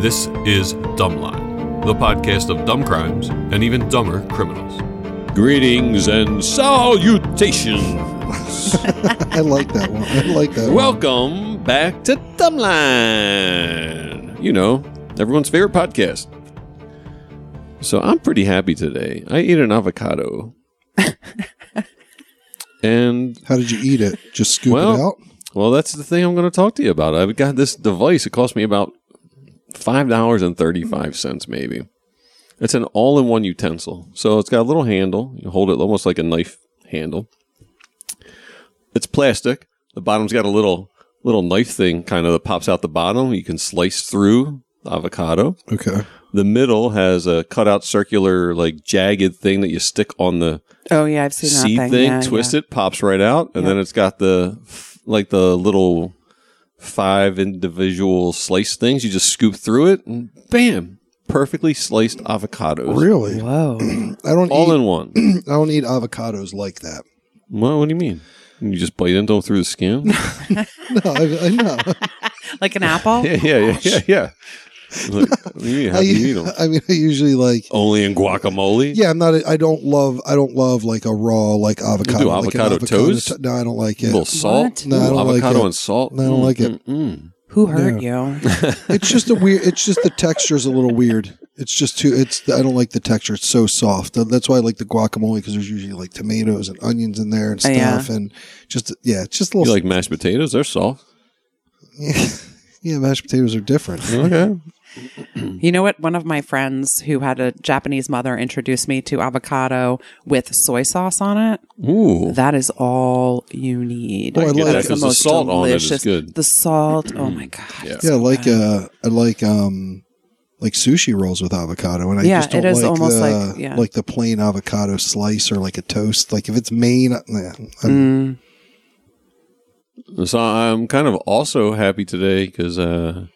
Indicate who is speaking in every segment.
Speaker 1: This is Dumbline, the podcast of dumb crimes and even dumber criminals.
Speaker 2: Greetings and salutations.
Speaker 3: I like that one. I like that one.
Speaker 2: Welcome back to Dumbline. You know, everyone's favorite podcast. So I'm pretty happy today. I ate an avocado. and
Speaker 3: How did you eat it? Just scoop it
Speaker 2: Well-
Speaker 3: out?
Speaker 2: well, that's the thing I'm going to talk to you about. I've got this device. It cost me about $5.35 maybe. It's an all-in-one utensil. So it's got a little handle. You hold it almost like a knife handle. It's plastic. The bottom's got a little little knife thing kind of that pops out the bottom. You can slice through the avocado.
Speaker 3: Okay.
Speaker 2: The middle has a cutout circular like jagged thing that you stick on the
Speaker 4: Oh yeah, I've seen
Speaker 2: seed
Speaker 4: that thing.
Speaker 2: thing,
Speaker 4: yeah,
Speaker 2: twist it, pops right out, and then it's got the f- like the little five individual slice things. You just scoop through it, and bam, perfectly sliced avocados,
Speaker 3: Really?
Speaker 4: Yeah. Whoa.
Speaker 3: I don't
Speaker 2: all
Speaker 3: eat,
Speaker 2: in one.
Speaker 3: I don't eat avocados like that.
Speaker 2: well, what do you mean? You just bite into them through the skin? yeah,
Speaker 3: No, I, I know.
Speaker 4: like an apple?
Speaker 2: yeah, yeah, yeah, yeah. Like, what do you mean? How
Speaker 3: I,
Speaker 2: do you eat them?
Speaker 3: I mean, I usually like.
Speaker 2: Only in guacamole?
Speaker 3: Yeah, I'm not. I don't love. I don't love like a raw like avocado. like an
Speaker 2: avocado toast?
Speaker 3: to- no, I don't like
Speaker 2: A
Speaker 3: it.
Speaker 2: little Mm, salt,
Speaker 4: What?
Speaker 3: No, I
Speaker 2: Little
Speaker 3: don't like
Speaker 2: avocado
Speaker 3: it.
Speaker 2: and salt.
Speaker 3: No, I don't like it.
Speaker 2: Mm-mm.
Speaker 4: Who hurt you?
Speaker 3: It's just a weird. It's just the texture's a little weird. It's just too. It's. I don't like the texture. It's so soft. Th- That's why I like the guacamole because there's usually like tomatoes and onions in there and
Speaker 4: Oh,
Speaker 3: stuff.
Speaker 4: yeah.
Speaker 3: And just yeah, it's just a
Speaker 2: You
Speaker 3: little.
Speaker 2: like mashed potatoes? They're soft.
Speaker 3: yeah, mashed potatoes are different.
Speaker 2: Okay.
Speaker 4: You know what? One of my friends who had a Japanese mother introduced me to avocado with soy sauce on it.
Speaker 2: Ooh.
Speaker 4: That is all you need.
Speaker 3: Oh, I like
Speaker 4: That's
Speaker 3: it.
Speaker 4: the
Speaker 2: 'Cause the
Speaker 4: most
Speaker 2: salt on it is
Speaker 4: delicious.
Speaker 2: good. Mm.
Speaker 4: The salt. Oh my god. it's
Speaker 3: Yeah, I
Speaker 4: so
Speaker 3: like
Speaker 4: good.
Speaker 3: uh, I like um, like sushi rolls with avocado, and I
Speaker 4: Yeah,
Speaker 3: just don't
Speaker 4: it is
Speaker 3: like
Speaker 4: almost
Speaker 3: the,
Speaker 4: like- yeah.
Speaker 3: like the plain avocado slice or like a toast. Like if it's Maine, uh, nah, I'm-
Speaker 4: Mm.
Speaker 2: So I'm kind of also happy today because, uh,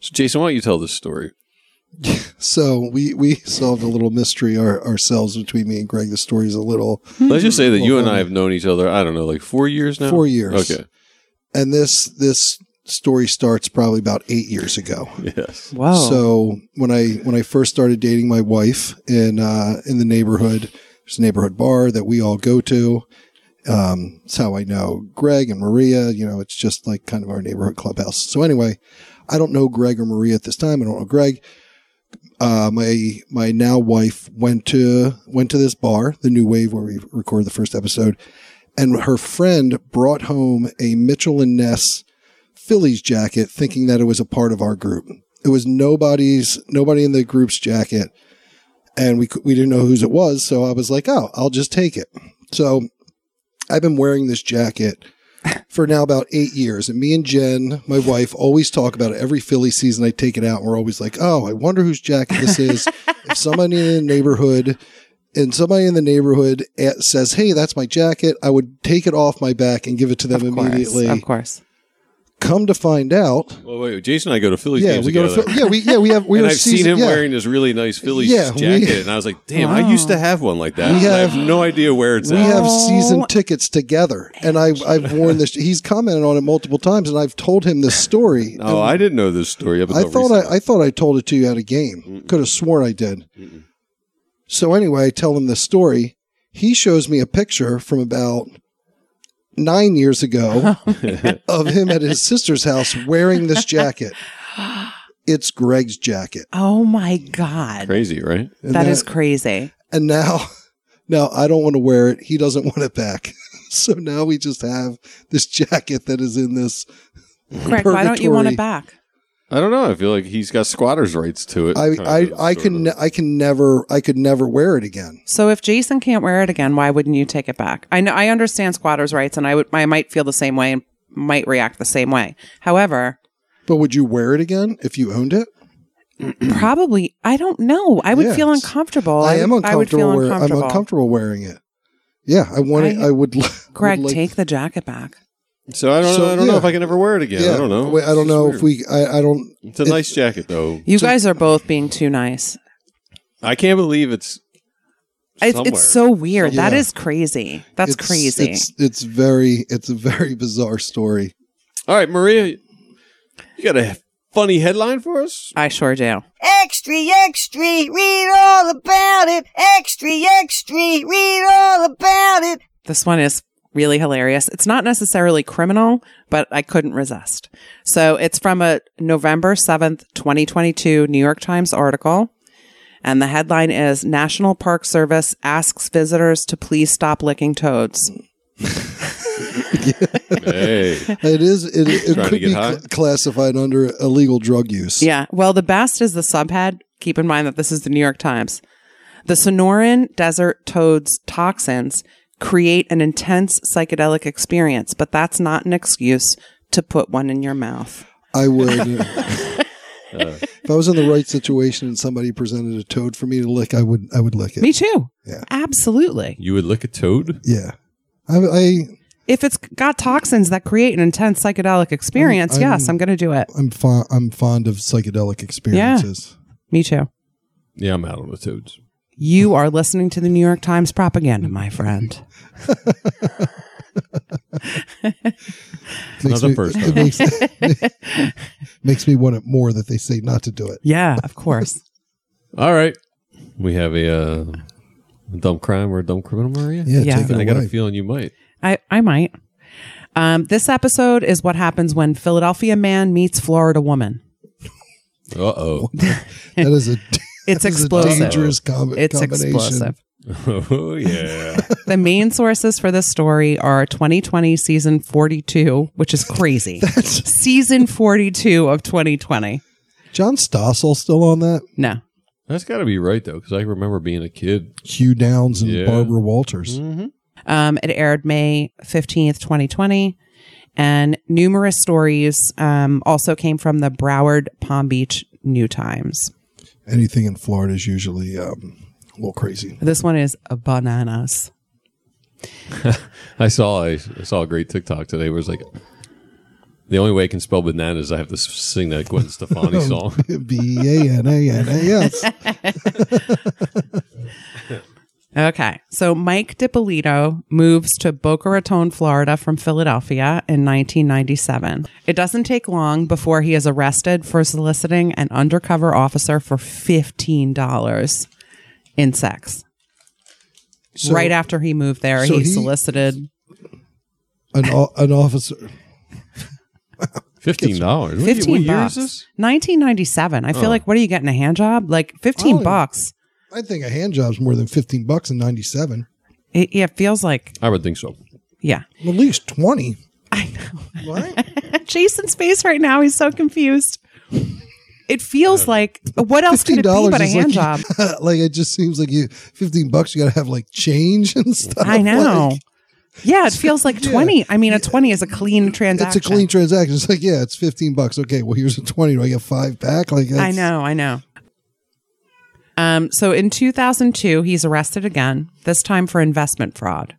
Speaker 2: so Jason, why don't you tell this story?
Speaker 3: so we we solved a little mystery our, ourselves between me and Greg. The story is a little,
Speaker 2: Let's just say that you
Speaker 3: Hmm. Well,
Speaker 2: and I
Speaker 3: funny.
Speaker 2: have known each other, I don't know, like four years now?
Speaker 3: Four years.
Speaker 2: Okay.
Speaker 3: and this this story starts probably about eight years ago.
Speaker 2: Yes.
Speaker 4: Whoa.
Speaker 3: So when I when I first started dating my wife in uh, in the neighborhood, there's a neighborhood bar that we all go to. Um, it's how I know Greg and Maria. You know, it's just like kind of our neighborhood clubhouse. So anyway, I don't know Greg or Maria at this time. I don't know Greg. Uh, my my now wife went to went to this bar, the New Wave, where we recorded the first episode, and her friend brought home a Mitchell and Ness Phillies jacket, thinking that it was a part of our group. It was nobody's, nobody in the group's jacket, and we cou- we didn't know whose it was. So I was like, "Oh, I'll just take it." So I've been wearing this jacket for now about eight years, and me and Jen, my wife, always talk about it. Every Philly season, I take it out, and we're always like, "Oh, I wonder whose jacket this is." if somebody in the neighborhood. And somebody in the neighborhood eh, says, "Hey, that's my jacket." I would take it off my back and give it to them
Speaker 4: of course.
Speaker 3: um, immediately.
Speaker 4: Of course.
Speaker 3: Come to find out,
Speaker 2: Well, wait, Jason and I go to Phillies
Speaker 3: yeah,
Speaker 2: games
Speaker 3: we
Speaker 2: together.
Speaker 3: go to Phil- yeah, we yeah we have we
Speaker 2: and
Speaker 3: have
Speaker 2: I've seen
Speaker 3: season-
Speaker 2: him
Speaker 3: yeah.
Speaker 2: wearing this really nice Phillies
Speaker 3: Yeah, we-
Speaker 2: jacket, and I was like, damn, I used to have one like that. and I
Speaker 3: have-
Speaker 2: have no idea where it's
Speaker 3: We
Speaker 2: at.
Speaker 3: have season
Speaker 4: Oh.
Speaker 3: tickets together, and I I've worn this. He's commented on it multiple times, and I've told him this story.
Speaker 2: oh, I didn't know this story. Up
Speaker 3: I
Speaker 2: until
Speaker 3: thought
Speaker 2: recently.
Speaker 3: I, I thought I told it to you at a game. Could have sworn I did. So anyway, I tell him this story. He shows me a picture from about nine years ago
Speaker 4: Oh,
Speaker 3: of him at his sister's house wearing this jacket. It's Greg's jacket.
Speaker 4: Oh my god.
Speaker 2: Crazy, right?
Speaker 3: And
Speaker 4: that
Speaker 3: that-
Speaker 4: is crazy.
Speaker 3: and now now I don't want to wear it. He doesn't want it back. So now we just have this jacket that is in this.
Speaker 4: Greg, why don't you want
Speaker 3: Purgatory.
Speaker 4: it back?
Speaker 2: I don't know. I feel like he's got squatters' rights to it.
Speaker 3: I
Speaker 2: kind
Speaker 3: I,
Speaker 2: of,
Speaker 3: I
Speaker 2: sort
Speaker 3: can
Speaker 2: of.
Speaker 3: ne- I can never I could never wear it again.
Speaker 4: So if Jason can't wear it again, why wouldn't you take it back? I know I understand squatters' rights, and I would I might feel the same way and might react the same way. However,
Speaker 3: But would you wear it again if you owned it?
Speaker 4: probably I don't know. I would
Speaker 3: Yes.
Speaker 4: feel uncomfortable.
Speaker 3: I am
Speaker 4: would-
Speaker 3: uncomfortable.
Speaker 4: I would feel
Speaker 3: wear-
Speaker 4: uncomfortable.
Speaker 3: I'm uncomfortable wearing it. Yeah, I want it.
Speaker 4: I-
Speaker 3: I would. l- would
Speaker 4: Greg,
Speaker 3: like-
Speaker 4: take the jacket back.
Speaker 2: So I don't,
Speaker 3: So,
Speaker 2: I don't know
Speaker 3: yeah.
Speaker 2: if I can ever wear it again. I don't know.
Speaker 3: Wait, I
Speaker 2: It's
Speaker 3: don't know if
Speaker 2: weird.
Speaker 3: we. I, I don't.
Speaker 2: It's a nice jacket, though.
Speaker 4: You guys are both being too nice.
Speaker 2: I can't believe it's.
Speaker 4: It's,
Speaker 2: somewhere.
Speaker 4: it's so weird. That
Speaker 3: Yeah.
Speaker 4: is crazy. That's
Speaker 3: it's-
Speaker 4: crazy.
Speaker 3: It's it's very it's a very bizarre story.
Speaker 2: All right, Maria, you got a funny headline for us?
Speaker 4: I sure do.
Speaker 5: Extra, extra, read all about it. Extra, extra, read all about it.
Speaker 4: This one is really hilarious. It's not necessarily criminal, but I couldn't resist. So it's from a November 7th, 2022 New York Times article. And the headline is National Park Service asks visitors to please stop licking toads.
Speaker 2: Hey,
Speaker 3: It is. It, it
Speaker 2: Trying to
Speaker 3: could
Speaker 2: get
Speaker 3: be
Speaker 2: high?
Speaker 3: cl- classified under illegal drug use.
Speaker 4: Yeah. Well, the best is the subhead. Keep in mind that this is the New York Times. The Sonoran desert toad's toxins create an intense psychedelic experience, but that's not an excuse to put one in your mouth.
Speaker 3: I would. if I was in the right situation and somebody presented a toad for me to lick, I would. I would lick it.
Speaker 4: Me too.
Speaker 3: Yeah.
Speaker 4: Absolutely.
Speaker 2: you would lick a toad?
Speaker 3: Yeah. I, I
Speaker 4: If it's got toxins that create an intense psychedelic experience,
Speaker 3: I'm-
Speaker 4: yes, I'm going to do it.
Speaker 3: I'm fond I'm fond of psychedelic experiences.
Speaker 4: Me too.
Speaker 2: Yeah, I'm out on the toads.
Speaker 4: You are listening to the New York Times propaganda, my friend.
Speaker 3: It makes
Speaker 2: Not the
Speaker 3: me-
Speaker 2: first
Speaker 3: It
Speaker 2: time.
Speaker 3: makes, makes me want it more that they say not to do it.
Speaker 4: Yeah, of course.
Speaker 2: All right, we have a, uh, a dumb crime or a dumb criminal, Maria.
Speaker 3: Yeah,
Speaker 4: Yeah.
Speaker 3: take it
Speaker 2: I got a
Speaker 3: away.
Speaker 2: feeling you might.
Speaker 4: I, I might. Um, this episode is what happens when Philadelphia man meets Florida woman.
Speaker 2: Uh oh.
Speaker 3: That is a
Speaker 4: It's
Speaker 3: that is a
Speaker 4: explosive.
Speaker 3: dangerous com-
Speaker 4: It's
Speaker 3: combination.
Speaker 4: explosive.
Speaker 2: oh yeah.
Speaker 4: The main sources for this story are 2020 season 42, which is crazy. season 42 of 2020.
Speaker 3: John Stossel still on that?
Speaker 4: No.
Speaker 2: That's got to be right though, because I remember being a kid.
Speaker 3: Hugh Downs and
Speaker 2: Yeah. Mm.
Speaker 3: Barbara Walters.
Speaker 4: Um, it aired May 15th, 2020. And numerous stories um, also came from the Broward Palm Beach New Times.
Speaker 3: Anything in Florida is usually um, a little crazy.
Speaker 4: This one is bananas.
Speaker 2: I saw I, I saw a great TikTok today. Where it's like the only way I can spell banana is I have to s- sing that Gwen Stefani song.
Speaker 3: B A N A N A S.
Speaker 4: Okay. So Mike DiPolito moves to Boca Raton, Florida from Philadelphia in 1997. It doesn't take long before he is arrested for soliciting an undercover officer for $15 in sex.
Speaker 3: So-
Speaker 4: right after he moved there,
Speaker 3: so
Speaker 4: he,
Speaker 3: he-
Speaker 4: solicited
Speaker 3: An, o- an officer.
Speaker 2: Fifteen dollars.
Speaker 4: fifteen
Speaker 2: what year
Speaker 4: bucks.
Speaker 2: Is this?
Speaker 4: 1997. I feel like what are you getting a hand job? Like 15
Speaker 3: Oh.
Speaker 4: bucks.
Speaker 3: I think a hand job's more than 15 bucks in 97.
Speaker 4: It, yeah, it feels like
Speaker 2: I would think so.
Speaker 4: yeah.
Speaker 3: At least 20.
Speaker 4: I know.
Speaker 3: Right?
Speaker 4: Jason's face right now. He's so confused. It feels like what else could it be but a
Speaker 3: is
Speaker 4: hand job?
Speaker 3: like, like it just seems like you 15 bucks you got to have like change and stuff.
Speaker 4: I know.
Speaker 3: Like,
Speaker 4: yeah, it feels like twenty. I mean, a twenty is a clean
Speaker 3: it's
Speaker 4: transaction.
Speaker 3: a clean transaction. It's like, yeah, it's 15 bucks. Okay, well here's a 20. Do I get 5 back? Like
Speaker 4: I
Speaker 3: that's-
Speaker 4: know. I know. Um. So in 2002, he's arrested again. This time for investment fraud.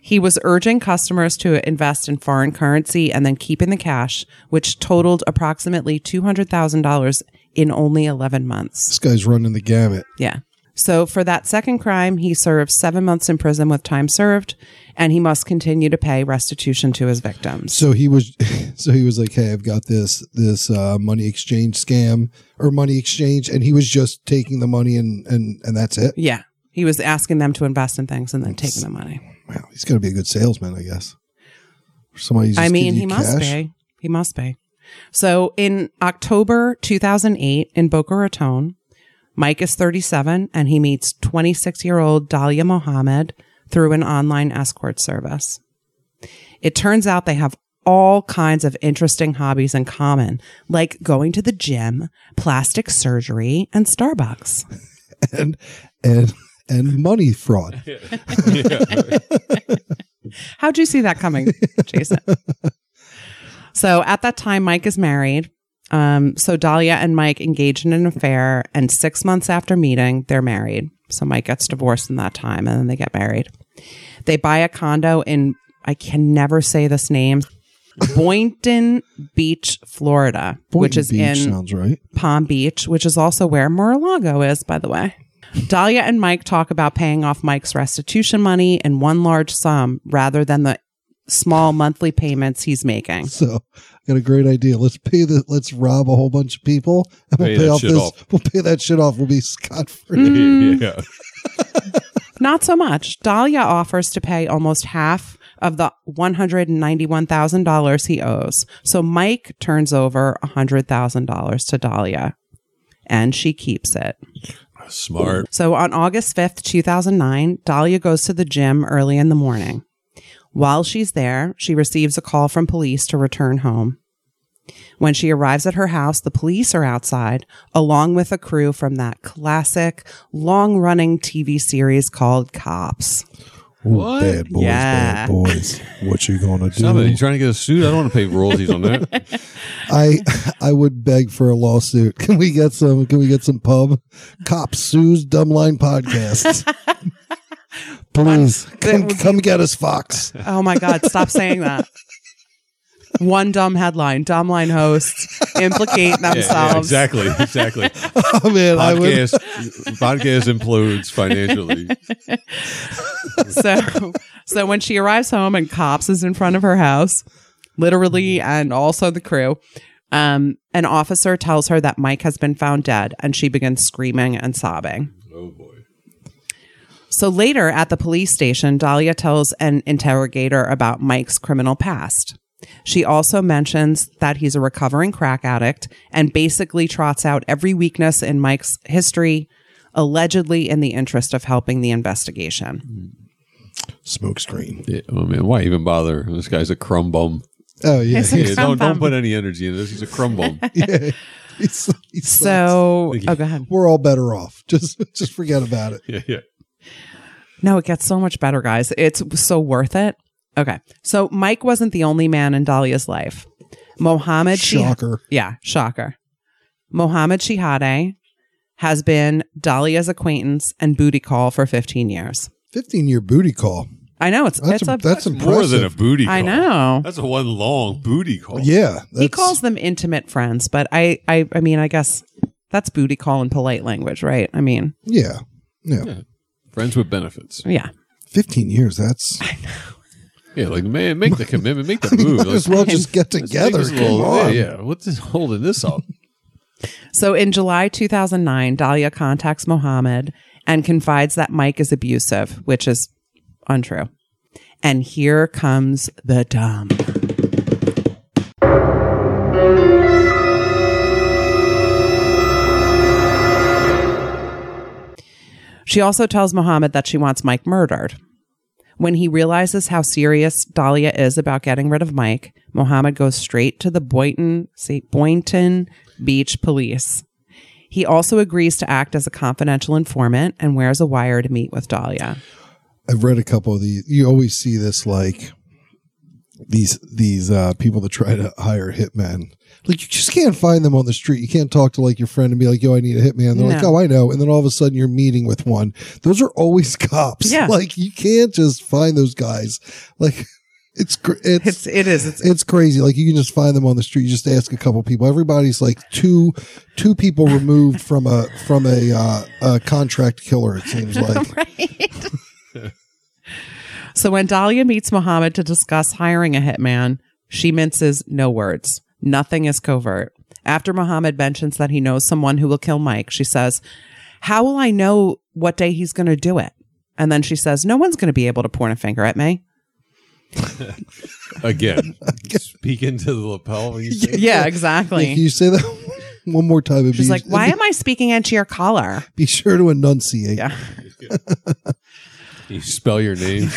Speaker 4: He was urging customers to invest in foreign currency and then keeping the cash, which totaled approximately two hundred thousand dollars in only eleven months.
Speaker 3: This guy's running the gamut.
Speaker 4: Yeah. So for that second crime, he served seven months in prison with time served, and he must continue to pay restitution to his victims.
Speaker 3: So he was so he was like, "Hey, I've got this this uh, money exchange scam or money exchange." And he was just taking the money and and and that's it.
Speaker 4: Yeah. He was asking them to invest in things and then taking the money.
Speaker 3: Wow, he's got to be a good salesman, I guess. Somebody just
Speaker 4: I mean,
Speaker 3: give you
Speaker 4: he must
Speaker 3: cash.
Speaker 4: be. He must be. So in October 2008 in Boca Raton, Mike is 37 and he meets 26 year old Dahlia Mohammed through an online escort service. It turns out they have all kinds of interesting hobbies in common, like going to the gym, plastic surgery, and Starbucks.
Speaker 3: and and and money fraud.
Speaker 4: How'd you see that coming, Jason? so at that time, Mike is married. Um, so Dahlia and Mike engage in an affair, and six months after meeting, they're married. So Mike gets divorced in that time, and then they get married. They buy a condo in I can never say this name, Boynton Beach, Florida, which
Speaker 3: Boynton
Speaker 4: is
Speaker 3: Beach
Speaker 4: in
Speaker 3: sounds right.
Speaker 4: Palm Beach, which is also where Mar-a-Lago is, by the way. Dahlia and Mike talk about paying off Mike's restitution money in one large sum rather than the small monthly payments he's making.
Speaker 3: So I got a great idea. Let's pay the let's rob a whole bunch of people and we'll
Speaker 1: Pay
Speaker 3: pay,
Speaker 1: that
Speaker 3: off
Speaker 1: shit
Speaker 3: this
Speaker 1: off.
Speaker 3: we'll pay that shit off. We'll be scot free.
Speaker 4: Mm,
Speaker 1: yeah.
Speaker 4: Not so much. Dahlia offers to pay almost half of the $191,000 he owes. So Mike turns over $100,000 to Dahlia and she keeps it.
Speaker 1: Smart.
Speaker 4: So on August 5th, 2009, Dahlia goes to the gym early in the morning. While she's there, she receives a call from police to return home. When she arrives at her house, the police are outside, along with a crew from that classic, long running TV series called Cops.
Speaker 1: What?
Speaker 3: Bad boys,
Speaker 4: Yeah.
Speaker 3: bad boys. What you gonna
Speaker 1: Stop it.
Speaker 3: do?
Speaker 1: You trying to get a suit? I don't want to pay royalties on that.
Speaker 3: I I would beg for a lawsuit. Can we get some can we get some pub? Cop sues Dumbline Podcast. Please come, come get us Fox.
Speaker 4: Oh my God, stop saying that. One dumb headline. Dumb line hosts implicate
Speaker 1: Yeah,
Speaker 4: themselves.
Speaker 1: yeah, exactly. Exactly.
Speaker 3: Oh man, I would
Speaker 1: Podcast, podcast implodes financially.
Speaker 4: so so when she arrives home and cops is in front of her house
Speaker 1: Mm-hmm.
Speaker 4: literally and also the crew um, an officer tells her that mike has been found dead and she begins screaming and sobbing
Speaker 1: Oh, boy.
Speaker 4: so later at the police station dahlia tells an interrogator about mike's criminal past she also mentions that he's a recovering crack addict and basically trots out every weakness in mike's history allegedly in the interest of helping the investigation
Speaker 3: smoke screen.
Speaker 1: Yeah, oh, man. Why even bother? This guy's a crumb bum.
Speaker 3: Oh yeah.
Speaker 4: It's a
Speaker 1: Yeah, don't,
Speaker 4: crumb
Speaker 1: don't
Speaker 4: bum.
Speaker 1: put any energy in this. He's a crumb bum.
Speaker 3: yeah. He's- he's-
Speaker 4: So, oh, go ahead.
Speaker 3: we're all better off. Just just forget about it.
Speaker 1: Yeah, yeah.
Speaker 4: No, it gets so much better, guys. It's so worth it. Okay. So, Mike wasn't the only man in Dahlia's life. Mohammed Shih-
Speaker 3: Shocker.
Speaker 4: yeah, shocker. Mohammed Shihade has been Dahlia's acquaintance and booty call for 15 years.
Speaker 3: Fifteen year booty call.
Speaker 4: I know it's,
Speaker 3: That's
Speaker 4: it's
Speaker 3: a,
Speaker 4: a,
Speaker 3: that's impressive.
Speaker 1: More than a booty call.
Speaker 4: I know.
Speaker 1: That's a one long booty call.
Speaker 3: yeah.
Speaker 4: He
Speaker 3: that's-
Speaker 4: calls them intimate friends, but I, I, I mean, I guess that's booty call in polite language, right? I mean,
Speaker 3: Yeah. Yeah.
Speaker 1: Friends with benefits.
Speaker 4: yeah.
Speaker 3: Fifteen years. That's
Speaker 1: Yeah, like, man, make the commitment, make the move.
Speaker 3: might
Speaker 1: Let's-
Speaker 3: as well just get
Speaker 1: let's make
Speaker 3: together.
Speaker 1: this
Speaker 3: Come
Speaker 1: little- Yeah,
Speaker 3: on.
Speaker 1: yeah. What's this holding this up?
Speaker 4: So in July 2009, Dahlia contacts Mohammed and confides that Mike is abusive, which is untrue. And here comes the dumb. She also tells Mohammed that she wants Mike murdered. When he realizes how serious Dahlia is about getting rid of Mike, Mohammed goes straight to the Boynton, say Boynton Beach Police. He also agrees to act as a confidential informant and wears a wire to meet with Dahlia.
Speaker 3: I've read a couple of these. You always see this like these these uh, people that try to hire hitmen. Like you just can't find them on the street. You can't talk to like your friend and be like, "Yo, I need a hitman." They're like,
Speaker 4: No.
Speaker 3: "Oh, I know." And then all of a sudden, you're meeting with one. Those are always cops.
Speaker 4: Yeah.
Speaker 3: Like you can't just find those guys. Like it's gr- it's it's,
Speaker 4: It's it is it's
Speaker 3: crazy. Like you can just find them on the street. You just ask a couple people. Everybody's like two two people removed from a from a uh, a contract killer. It seems like.
Speaker 4: So when Dahlia meets Mohammed to discuss hiring a hitman, she minces no words. Nothing is covert. After Mohammed mentions that he knows someone who will kill Mike, she says, How will I know what day he's going to do it? And then she says, No one's going to be able to point a finger at me.
Speaker 1: Again, speak into the lapel. when you say-
Speaker 4: Yeah,
Speaker 3: Like, can
Speaker 4: exactly.
Speaker 3: you say that one more time? It'd
Speaker 4: She's
Speaker 3: be,
Speaker 4: like, Why am I speaking into your collar?
Speaker 3: Be sure to enunciate.
Speaker 4: Yeah.
Speaker 1: You spell your name.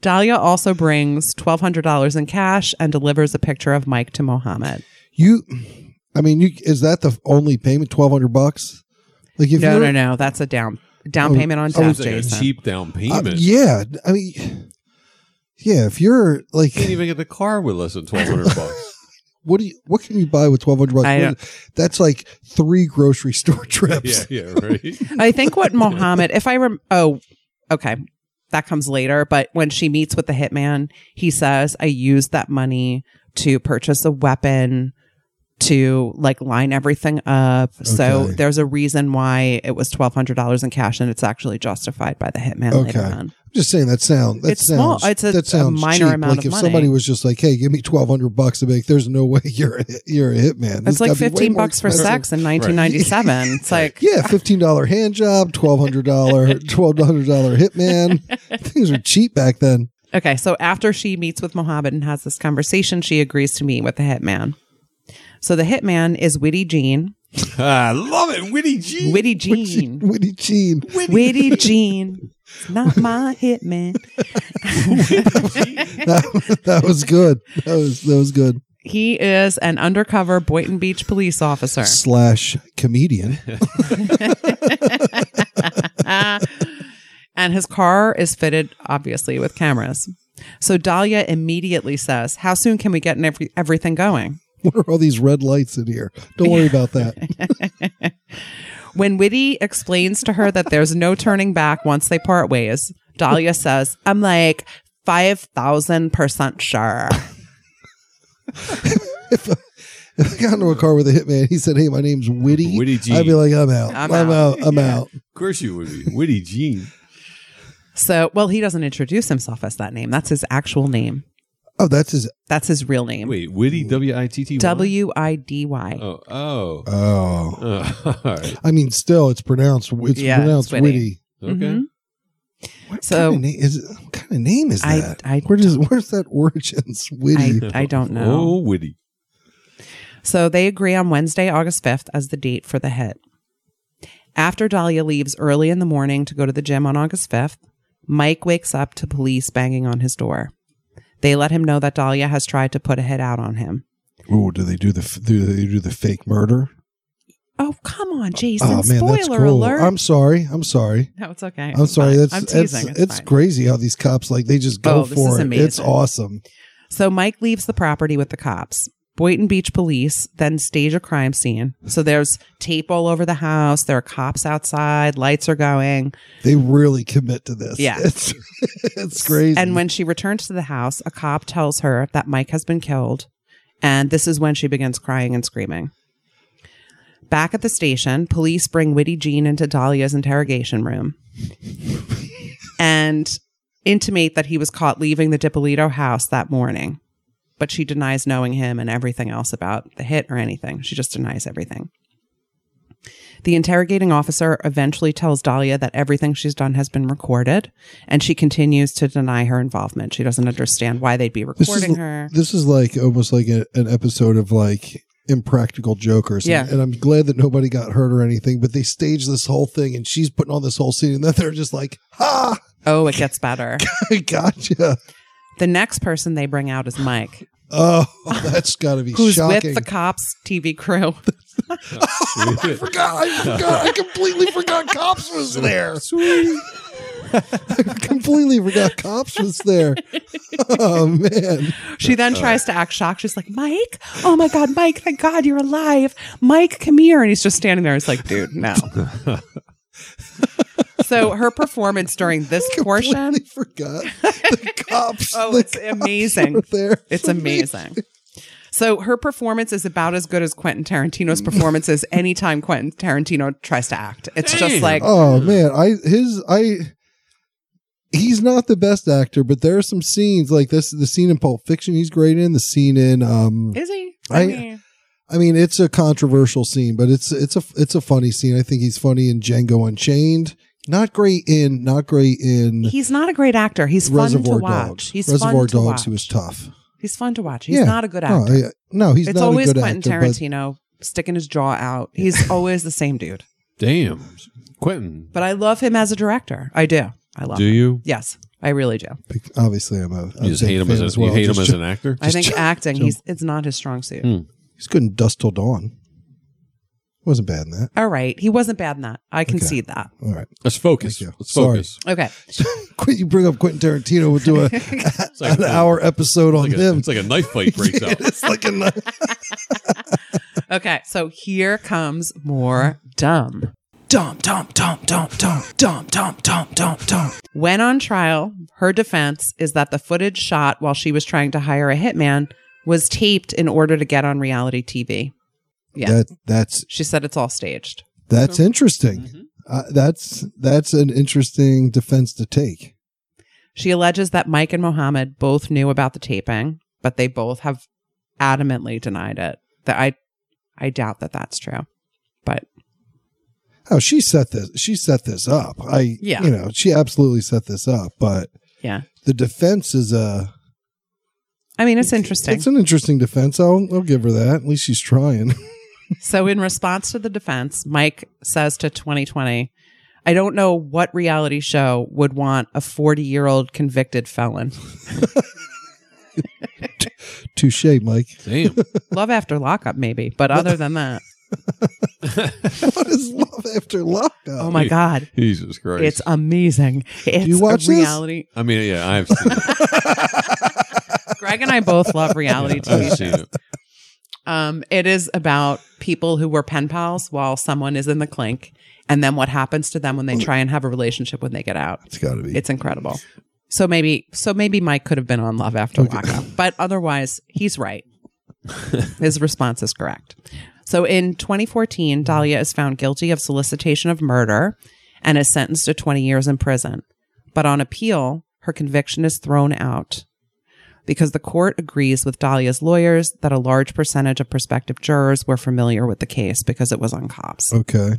Speaker 4: Dahlia also brings $1,200 in cash and delivers a picture of Mike to Mohammed.
Speaker 3: You, I mean, you is that the only payment? Twelve hundred bucks? Like if
Speaker 4: No,
Speaker 3: you're,
Speaker 4: no, no. That's a down down
Speaker 3: Oh,
Speaker 4: payment on
Speaker 3: oh,
Speaker 4: top,
Speaker 1: It's like a
Speaker 4: Jason.
Speaker 1: cheap down
Speaker 3: Uh,
Speaker 1: payment.
Speaker 3: yeah, I mean, yeah. If you're like,
Speaker 1: You can't even get the car with less than twelve hundred bucks.
Speaker 3: what do you? What can you buy with twelve hundred bucks?
Speaker 4: I
Speaker 3: What is- That's like three grocery store trips.
Speaker 1: yeah, yeah, right.
Speaker 4: I think what Mohammed, if I rem, oh, okay, that comes later. But when she meets with the hitman, he says, "I used that money to purchase a weapon to like line everything up. So
Speaker 3: Okay.
Speaker 4: there's a reason why it was twelve hundred dollars in cash, and it's actually justified by the hitman later
Speaker 3: Okay.
Speaker 4: on.
Speaker 3: I'm just saying that sound. That
Speaker 4: It's small.
Speaker 3: sounds,
Speaker 4: It's a-
Speaker 3: that
Speaker 4: a
Speaker 3: sounds
Speaker 4: minor
Speaker 3: cheap.
Speaker 4: amount
Speaker 3: Like
Speaker 4: of
Speaker 3: if
Speaker 4: money.
Speaker 3: somebody was just like, "Hey, give me twelve hundred bucks," to make, there's no way you're a, hit- you're a hitman. This
Speaker 4: It's like
Speaker 3: gotta be way
Speaker 4: fifteen
Speaker 3: more
Speaker 4: bucks for
Speaker 3: expensive.
Speaker 4: sex in nineteen ninety seven. It's like
Speaker 3: Yeah, fifteen dollar hand job, twelve hundred dollar twelve hundred dollar hitman. Things were cheap back then.
Speaker 4: Okay, so after she meets with Mohammed and has this conversation, she agrees to meet with the hitman. So the hitman is Witty Jean.
Speaker 1: I love it. Witty G.
Speaker 4: Witty Jean.
Speaker 3: Witty Jean.
Speaker 4: Witty Jean. It's not my hitman.
Speaker 3: That, that was good. That was that was good.
Speaker 4: He is an undercover Boynton Beach police officer.
Speaker 3: Slash comedian.
Speaker 4: Ah. and his car is fitted, obviously, with cameras. So Dahlia immediately says, How soon can we get an every- everything going?
Speaker 3: What are all these red lights in here? Don't worry about that.
Speaker 4: When Witty explains to her that there's no turning back once they part ways, Dahlia says, I'm like 5,000% sure.
Speaker 3: If I got into a car with a hitman, he said, "Hey, my name's Witty."
Speaker 1: Witty Jean.
Speaker 3: I'd be like, "I'm out.
Speaker 4: I'm
Speaker 3: I'm, out. I'm out."
Speaker 1: Of course you would be. Witty G.
Speaker 4: So, well, he doesn't introduce himself as that name. That's his actual name.
Speaker 3: Oh, that's his.
Speaker 4: That's his real name.
Speaker 1: Wait, Witty W I T T Y?
Speaker 4: W I D Y.
Speaker 1: Oh, oh.
Speaker 3: Oh,
Speaker 1: Oh, all right.
Speaker 3: I mean, still, it's pronounced. It's
Speaker 4: Yeah, it's
Speaker 3: pronounced
Speaker 4: Witty.
Speaker 3: Witty.
Speaker 1: Okay.
Speaker 4: Mhm.
Speaker 3: What
Speaker 4: So-
Speaker 3: kind of name is it? What kind of name is
Speaker 4: I-
Speaker 3: that?
Speaker 4: I
Speaker 3: Where does where's that origins? Witty.
Speaker 4: I, I don't know.
Speaker 1: Oh, Witty.
Speaker 4: So they agree on Wednesday, August 5th as the date for the hit. After Dahlia leaves early in the morning to go to the gym on August 5th, Mike wakes up to police banging on his door. They let him know that Dahlia has tried to put a hit out on him.
Speaker 3: oh, do they do the f- do they do the fake murder?
Speaker 4: Oh, come on, Jason.
Speaker 3: oh man,
Speaker 4: Spoiler
Speaker 3: that's cruel.
Speaker 4: alert.
Speaker 3: I'm sorry. I'm sorry.
Speaker 4: no, it's okay.
Speaker 3: I'm
Speaker 4: It's
Speaker 3: sorry.
Speaker 4: fine.
Speaker 3: That's
Speaker 4: I'm
Speaker 3: it's,
Speaker 4: teasing.
Speaker 3: it's,
Speaker 4: It's fine.
Speaker 3: crazy how these cops like they just go
Speaker 4: Oh, this
Speaker 3: for
Speaker 4: is
Speaker 3: it. It's
Speaker 4: amazing.
Speaker 3: awesome.
Speaker 4: So Mike leaves the property with the cops. Boynton Beach police then stage a crime scene. So there's tape all over the house. There are cops outside. Lights are going.
Speaker 3: They really commit to this.
Speaker 4: Yeah.
Speaker 3: it's, it's crazy.
Speaker 4: And when she returns to the house, a cop tells her that Mike has been killed. And this is when she begins crying and screaming. Back at the station, police bring Witty Jean into Dahlia's interrogation room and intimate that he was caught leaving the Dipolito house that morning. But she denies knowing him and everything else about the hit or anything. She just denies everything. The interrogating officer eventually tells Dahlia that everything she's done has been recorded, and she continues to deny her involvement. She doesn't understand why they'd be
Speaker 3: this
Speaker 4: recording
Speaker 3: is
Speaker 4: her.
Speaker 3: this is like almost like a, an episode of like impractical jokers And-
Speaker 4: Yeah.
Speaker 3: and, i'm glad that nobody got hurt or anything but they staged this whole thing and she's putting on this whole scene and then they're just like ha
Speaker 4: Oh, it gets better.
Speaker 3: i gotcha
Speaker 4: The next person they bring out is Mike,
Speaker 3: oh that's gotta be
Speaker 4: who's
Speaker 3: shocking
Speaker 4: with the cops TV crew.
Speaker 3: i forgot i forgot i completely forgot cops was there i completely forgot cops was there oh man
Speaker 4: She then tries to act shocked. She's like, Mike? Oh my God, Mike, thank God you're alive. Mike, come here. And he's just standing there. It's like, dude, no. so her performance during this portion,
Speaker 3: completely forgot the cops
Speaker 4: oh,
Speaker 3: the
Speaker 4: it's amazing.
Speaker 3: were there
Speaker 4: It's amazing. So her performance is about as good as Quentin
Speaker 3: Mm.
Speaker 4: Tarantino's performance is anytime Quentin Tarantino tries to act. It's just
Speaker 1: Damn.
Speaker 4: like,
Speaker 3: Oh man, I his I he's not the best actor, but there are some scenes like this the scene in Pulp Fiction he's great in, the scene in um
Speaker 4: is he?
Speaker 3: I-
Speaker 4: mean,
Speaker 3: I mean it's a controversial scene, but it's it's a it's a funny scene. I think he's funny in Django Unchained. Not great in not great in
Speaker 4: he's not a great actor. He's fun to
Speaker 3: Reservoir
Speaker 4: watch.
Speaker 3: Dogs.
Speaker 4: He's
Speaker 3: Reservoir
Speaker 4: fun to
Speaker 3: Dogs
Speaker 4: watch.
Speaker 3: he was tough.
Speaker 4: He's fun to watch. He's
Speaker 3: Yeah.
Speaker 4: not a good
Speaker 3: No,
Speaker 4: actor.
Speaker 3: I- no, he's
Speaker 4: it's
Speaker 3: not
Speaker 4: always
Speaker 3: a good
Speaker 4: Quentin
Speaker 3: actor. but-
Speaker 4: Tarantino sticking his jaw out. He's always the same dude.
Speaker 1: Damn. Quentin.
Speaker 4: But I love him as a director. I do. I love
Speaker 1: Do
Speaker 4: him.
Speaker 1: you?
Speaker 4: Yes, I really do.
Speaker 3: obviously, I'm a. I'm
Speaker 1: You
Speaker 3: a
Speaker 1: just
Speaker 3: big
Speaker 1: hate him
Speaker 3: fan
Speaker 1: as, a,
Speaker 3: well.
Speaker 1: you hate
Speaker 3: Just
Speaker 1: him as
Speaker 3: ju-
Speaker 1: an actor?
Speaker 4: I think
Speaker 3: chill.
Speaker 4: acting,
Speaker 3: Chill.
Speaker 4: he's it's not his strong suit.
Speaker 1: Hmm.
Speaker 3: He's good in Dust Till Dawn. Wasn't bad in that.
Speaker 4: All right. He wasn't bad in that. I concede that.
Speaker 3: All right.
Speaker 1: Let's focus.
Speaker 3: Thank you.
Speaker 1: Let's
Speaker 3: Sorry.
Speaker 1: focus.
Speaker 4: Okay.
Speaker 3: Quit, you bring up Quentin Tarantino. We'll do a,
Speaker 1: like
Speaker 3: an
Speaker 1: a-
Speaker 3: hour episode on
Speaker 1: It's like, a,
Speaker 3: him.
Speaker 1: it's like a knife fight breaks out.
Speaker 3: It's like a knife.
Speaker 4: Okay. So here comes more dumb.
Speaker 6: Dump, dump, dump, dump, dump, dump, dump, dump, dump, dump.
Speaker 4: When on trial, her defense is that the footage shot while she was trying to hire a hitman was taped in order to get on reality TV. Yeah.
Speaker 3: That that's
Speaker 4: She said it's all staged.
Speaker 3: that's interesting.
Speaker 4: Mm-hmm.
Speaker 3: Uh, that's that's an interesting defense to take.
Speaker 4: She alleges that Mike and Mohammed both knew about the taping, but they both have adamantly denied it. That I, I doubt that that's true. But
Speaker 3: Oh, she set this. She set this up. I,
Speaker 4: Yeah.
Speaker 3: you know, she absolutely set this up. But
Speaker 4: yeah,
Speaker 3: the defense is a.
Speaker 4: I mean it's interesting.
Speaker 3: It's an interesting defense. I'll, I'll give her that. At least she's trying.
Speaker 4: So, in response to the defense, Mike says to 2020, I don't know what reality show would want a 40 year old convicted felon.
Speaker 3: Touche, Mike.
Speaker 2: Damn.
Speaker 4: Love after lockup, maybe, but other than that,
Speaker 3: What is love after lockup?
Speaker 4: oh my God,
Speaker 2: Jesus Christ.
Speaker 4: it's amazing. It's
Speaker 3: you watch
Speaker 4: a
Speaker 3: this?
Speaker 4: reality.
Speaker 2: I mean, yeah, I've seen it.
Speaker 4: Greg and I both love reality TV
Speaker 2: I've
Speaker 4: shows.
Speaker 2: seen it.
Speaker 4: Um, it is about people who were pen pals while someone is in the clink, and then what happens to them when they try and have a relationship when they get out.
Speaker 3: It's got to be.
Speaker 4: It's incredible. So maybe, so maybe Mike could have been on Love After Lockup, but otherwise, he's right. His response is correct. So in 2014, Dahlia is found guilty of solicitation of murder and is sentenced to 20 years in prison. But on appeal, her conviction is thrown out because the court agrees with Dahlia's lawyers that a large percentage of prospective jurors were familiar with the case because it was on cops.
Speaker 3: okay.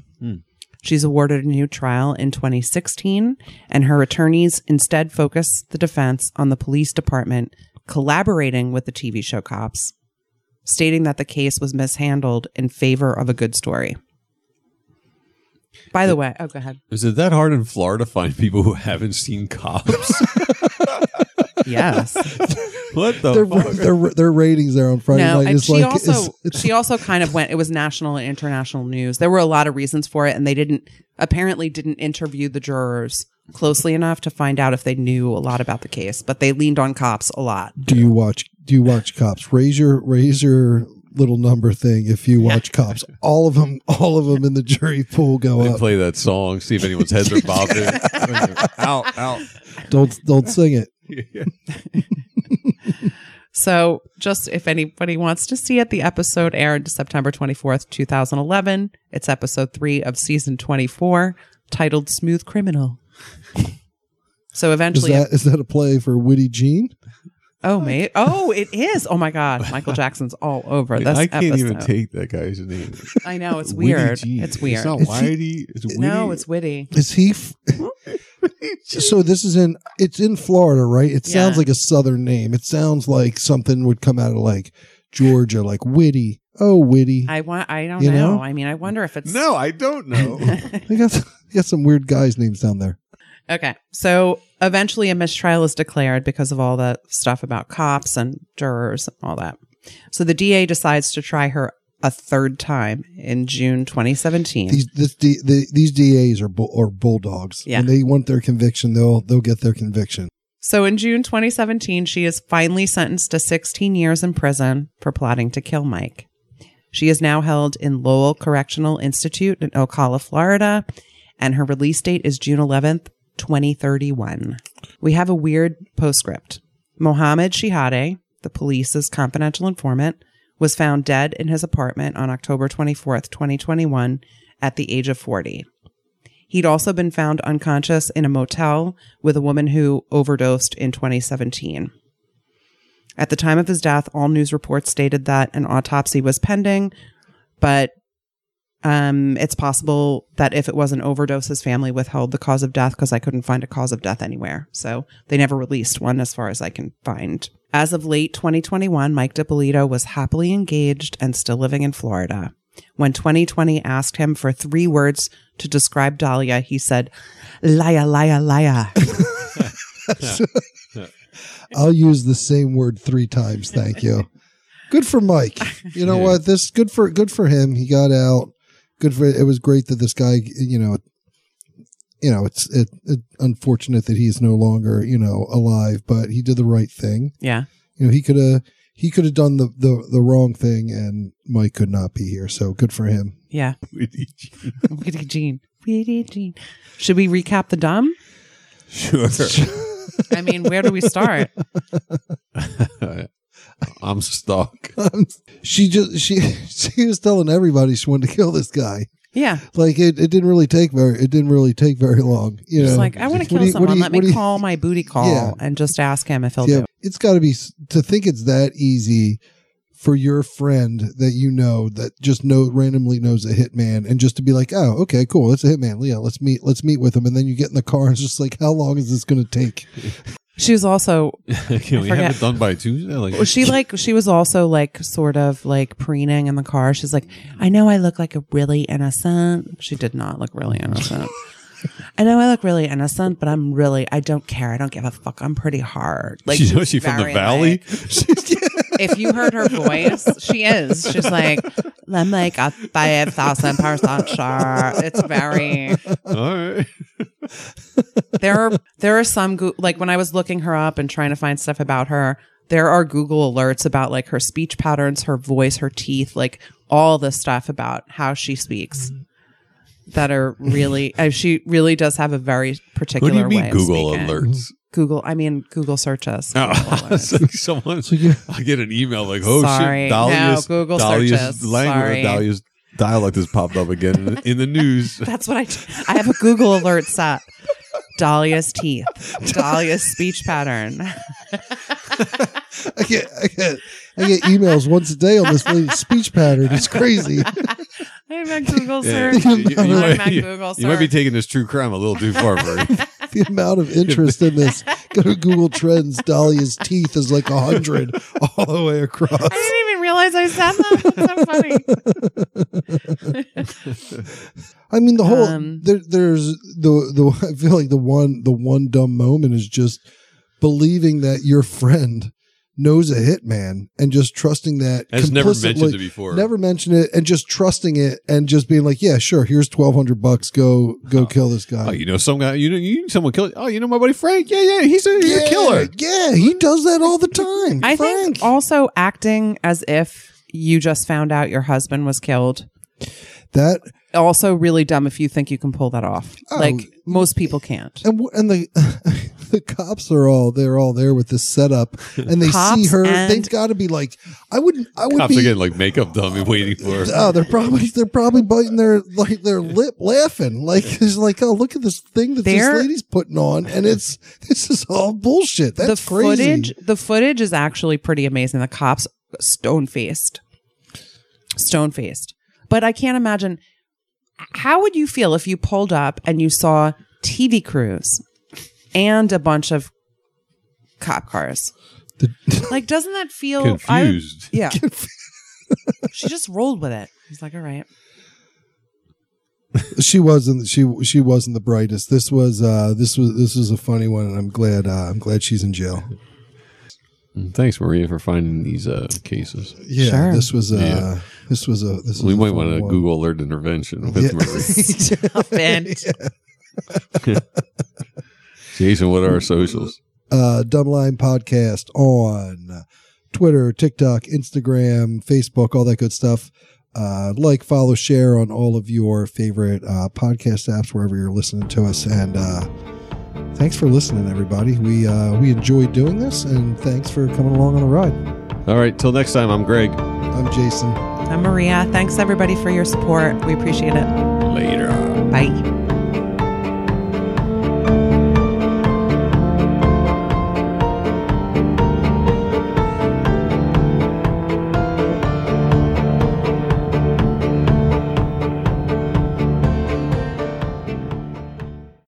Speaker 4: She's awarded a new trial in 2016, and her attorneys instead focus the defense on the police department collaborating with the TV show cops, stating that the case was mishandled in favor of a good story. By the way, oh, go ahead.
Speaker 2: Is it that hard in Florida to find people who haven't seen cops?
Speaker 4: Yes.
Speaker 2: what the
Speaker 3: Their,
Speaker 2: fuck?
Speaker 3: their, their ratings there on Friday
Speaker 4: no,
Speaker 3: night
Speaker 4: and
Speaker 3: is
Speaker 4: she
Speaker 3: like
Speaker 4: also
Speaker 3: it's, it's
Speaker 4: she also kind of went. It was national and international news. There were a lot of reasons for it, and they didn't apparently didn't interview the jurors closely enough to find out if they knew a lot about the case. But they leaned on cops a lot.
Speaker 3: do you watch do you watch cops raise your raise your little number thing if you watch cops all of them all of them in the jury pool go
Speaker 2: They
Speaker 3: up
Speaker 2: play that song, see if anyone's heads are bobbing. out, out.
Speaker 3: don't don't sing it
Speaker 4: So, just if anybody wants to see it, the episode aired September 24th, 2011. It's episode three of season 24, titled Smooth Criminal. So,
Speaker 3: is
Speaker 4: eventually,
Speaker 3: that is that a play for witty gene
Speaker 4: oh, mate. Oh, it is. Oh, my God. Michael Jackson's all over this
Speaker 2: I can't
Speaker 4: episode.
Speaker 2: even take that guy's name.
Speaker 4: I know. It's
Speaker 2: Witty
Speaker 4: weird.
Speaker 2: G.
Speaker 4: It's weird.
Speaker 2: It's not
Speaker 3: It's-
Speaker 2: Whitey. It's Witty.
Speaker 4: no, it's witty.
Speaker 3: is he f- so this is in it's in florida right it sounds
Speaker 4: Yeah.
Speaker 3: like a southern name it sounds like something would come out of like georgia like witty oh witty
Speaker 4: I want. I don't
Speaker 3: You
Speaker 4: know?
Speaker 3: know?
Speaker 4: I mean, I wonder if it's
Speaker 2: No, I don't know.
Speaker 3: they got they got some weird guys names down there
Speaker 4: Okay. So eventually a mistrial is declared because of all the stuff about cops and jurors and all that. So the DA decides to try her a third time in June 2017.
Speaker 3: these this, D, the, these DAs are bull, are bulldogs.
Speaker 4: Yeah.
Speaker 3: When they want their conviction, they'll they'll get their conviction.
Speaker 4: so in June 2017, she is finally sentenced to 16 years in prison for plotting to kill Mike. She is now held in Lowell Correctional Institute in Ocala, Florida, and her release date is June 11th, 2031. We have a weird postscript. Mohammed Shihade, the police's confidential informant, was found dead in his apartment on October 24th, 2021, at the age of 40. He'd also been found unconscious in a motel with a woman who overdosed in 2017. At the time of his death, all news reports stated that an autopsy was pending, but um, it's possible that if it was an overdose, his family withheld the cause of death because I couldn't find a cause of death anywhere. So they never released one as far as I can find. As of late 2021, Mike DiPolito was happily engaged and still living in Florida. When 2020 asked him for three words to describe Dahlia, he said, Liar, liar, liar.
Speaker 3: I'll use the same word three times. Thank you. Good for Mike. You know what? This good for good for him. He got out. Good for it was great that this guy. You know, you know it's it, it unfortunate that he is no longer you know alive, but he did the right thing.
Speaker 4: yeah.
Speaker 3: You know he could have he could have done the, the the wrong thing, and Mike could not be here. So good for him.
Speaker 4: Yeah.
Speaker 2: Witty G.
Speaker 4: Witty Jean. Witty Jean. Should we recap the dumb?
Speaker 2: Sure.
Speaker 4: I mean, where do we start?
Speaker 2: I'm stuck.
Speaker 3: She just she she was telling everybody she wanted to kill this guy.
Speaker 4: Yeah.
Speaker 3: Like it, it didn't really take very it didn't really take very long. You
Speaker 4: Just
Speaker 3: know,
Speaker 4: like, I want to
Speaker 3: What
Speaker 4: kill
Speaker 3: do you- what do
Speaker 4: someone.
Speaker 3: you-
Speaker 4: Let
Speaker 3: what do
Speaker 4: me
Speaker 3: you-
Speaker 4: call my booty call
Speaker 3: Yeah.
Speaker 4: and just ask him if he'll do
Speaker 3: yeah,
Speaker 4: it.
Speaker 3: it's got to be s- to think it's that easy for your friend that you know that just know randomly knows a hitman and just to be like, oh, okay, cool, that's a hitman, Leah. Let's meet, let's meet with him, and then you get in the car and it's just like, how long is this going to take?
Speaker 4: She was also
Speaker 2: Can we
Speaker 4: forget. Oh,
Speaker 2: have it done by Tuesday? Like,
Speaker 4: Well, she like she was also like sort of like preening in the car. She's like, I know I look like a really innocent. She did not look really innocent. I know I look really innocent, but I'm really I don't care. I don't give a fuck. I'm pretty hard. Like
Speaker 2: you know,
Speaker 4: she's
Speaker 2: she from the
Speaker 4: very,
Speaker 2: valley.
Speaker 4: like- if you heard her voice, she is. She's like, I'm like a five thousand percent sure. It's very
Speaker 2: All right.
Speaker 4: there are there are some Goo- like when I was looking her up and trying to find stuff about her, there are Google alerts about like her speech patterns, her voice, her teeth, like all the stuff about how she speaks that are really uh, she really does have a very
Speaker 2: What
Speaker 4: particular
Speaker 2: Mm-hmm. do you
Speaker 4: way
Speaker 2: mean
Speaker 4: of
Speaker 2: Google
Speaker 4: speaking.
Speaker 2: alerts?
Speaker 4: Google I mean Google searches. Google
Speaker 2: Oh, it's
Speaker 4: alerts.
Speaker 2: like someone. I get an email like, "Oh
Speaker 4: Sorry.
Speaker 2: shit, Dahlia's,
Speaker 4: No, Google searches.
Speaker 2: Dahlia's language, uh,
Speaker 4: Sorry.
Speaker 2: Dahlia's dialect has popped up again in, in the news."
Speaker 4: That's what I do. I have a Google alert set. Dahlia's teeth, Dahlia's speech pattern.
Speaker 3: I get, I get, I get emails once a day on this lady's speech pattern. It's crazy.
Speaker 4: I'm a Google
Speaker 2: Yeah,
Speaker 4: search.
Speaker 2: you- you- you
Speaker 4: I'm
Speaker 2: might-
Speaker 4: a
Speaker 2: you-
Speaker 4: Google
Speaker 2: you might be
Speaker 4: search.
Speaker 2: taking this true crime a little too far, Murray.
Speaker 3: the amount of interest in this. Go to Google Trends. Dahlia's teeth is like a hundred all the way across.
Speaker 4: I didn't even realize I said that. That's so funny.
Speaker 3: I mean, the whole
Speaker 4: Um,
Speaker 3: there, there's the the. I feel like the one the one dumb moment is just believing that your friend knows a hitman and just trusting that.
Speaker 2: Has never
Speaker 3: complicitly-
Speaker 2: mentioned it before.
Speaker 3: Never mentioned it and just trusting it and just being like, yeah, sure. Here's twelve hundred bucks. Go go kill this guy.
Speaker 2: Oh, you know some guy. You know, you someone killed. Oh, you know my buddy Frank. Yeah, yeah, he's a, he's a
Speaker 3: Yeah,
Speaker 2: killer.
Speaker 3: Yeah, he does that all the time.
Speaker 4: I
Speaker 3: Frank.
Speaker 4: think also acting as if you just found out your husband was killed.
Speaker 3: that
Speaker 4: Also, really dumb if you think you can pull that off.
Speaker 3: Oh.
Speaker 4: Like most people can't.
Speaker 3: and w- and the the cops are all they're all there with this setup and they see
Speaker 4: Cops
Speaker 3: her they've
Speaker 4: and-
Speaker 3: got to be like i wouldn't i would
Speaker 2: Cops
Speaker 3: be
Speaker 2: again, like makeup dummy, waiting for. her.
Speaker 3: oh they're probably they're probably biting their like their lip laughing like it's like oh look at this thing that
Speaker 4: They're-
Speaker 3: this lady's putting on and it's this is all bullshit that's
Speaker 4: the
Speaker 3: crazy
Speaker 4: footage, the footage is actually pretty amazing. The cops stone faced, stone faced. But I can't imagine how would you feel if you pulled up and you saw TV crews and a bunch of cop cars. like, doesn't that feel I-
Speaker 2: Confused.
Speaker 4: Yeah. she just rolled with it. He's like, all right.
Speaker 3: she wasn't she she wasn't the brightest this was uh this was this was a funny one and i'm glad uh, i'm glad she's in jail
Speaker 2: Thanks, Maria, for finding these uh, cases.
Speaker 3: yeah
Speaker 4: Sure.
Speaker 3: this was uh
Speaker 2: Yeah.
Speaker 3: this was a this was
Speaker 2: We
Speaker 3: a
Speaker 2: might
Speaker 3: fun
Speaker 2: want to
Speaker 3: one.
Speaker 2: Google alert intervention with Maria. Jason, what are our socials?
Speaker 3: uh, Dumb Line Podcast on Twitter, TikTok, Instagram, Facebook, all that good stuff. Uh, like, follow, share on all of your favorite uh, podcast apps wherever you're listening to us. And uh, thanks for listening, everybody. We uh, we enjoyed doing this, and thanks for coming along on the ride.
Speaker 2: All right, till next time. I'm Greg.
Speaker 3: I'm Jason.
Speaker 4: I'm Maria. Thanks everybody for your support. We appreciate it.
Speaker 2: Later.
Speaker 4: Bye.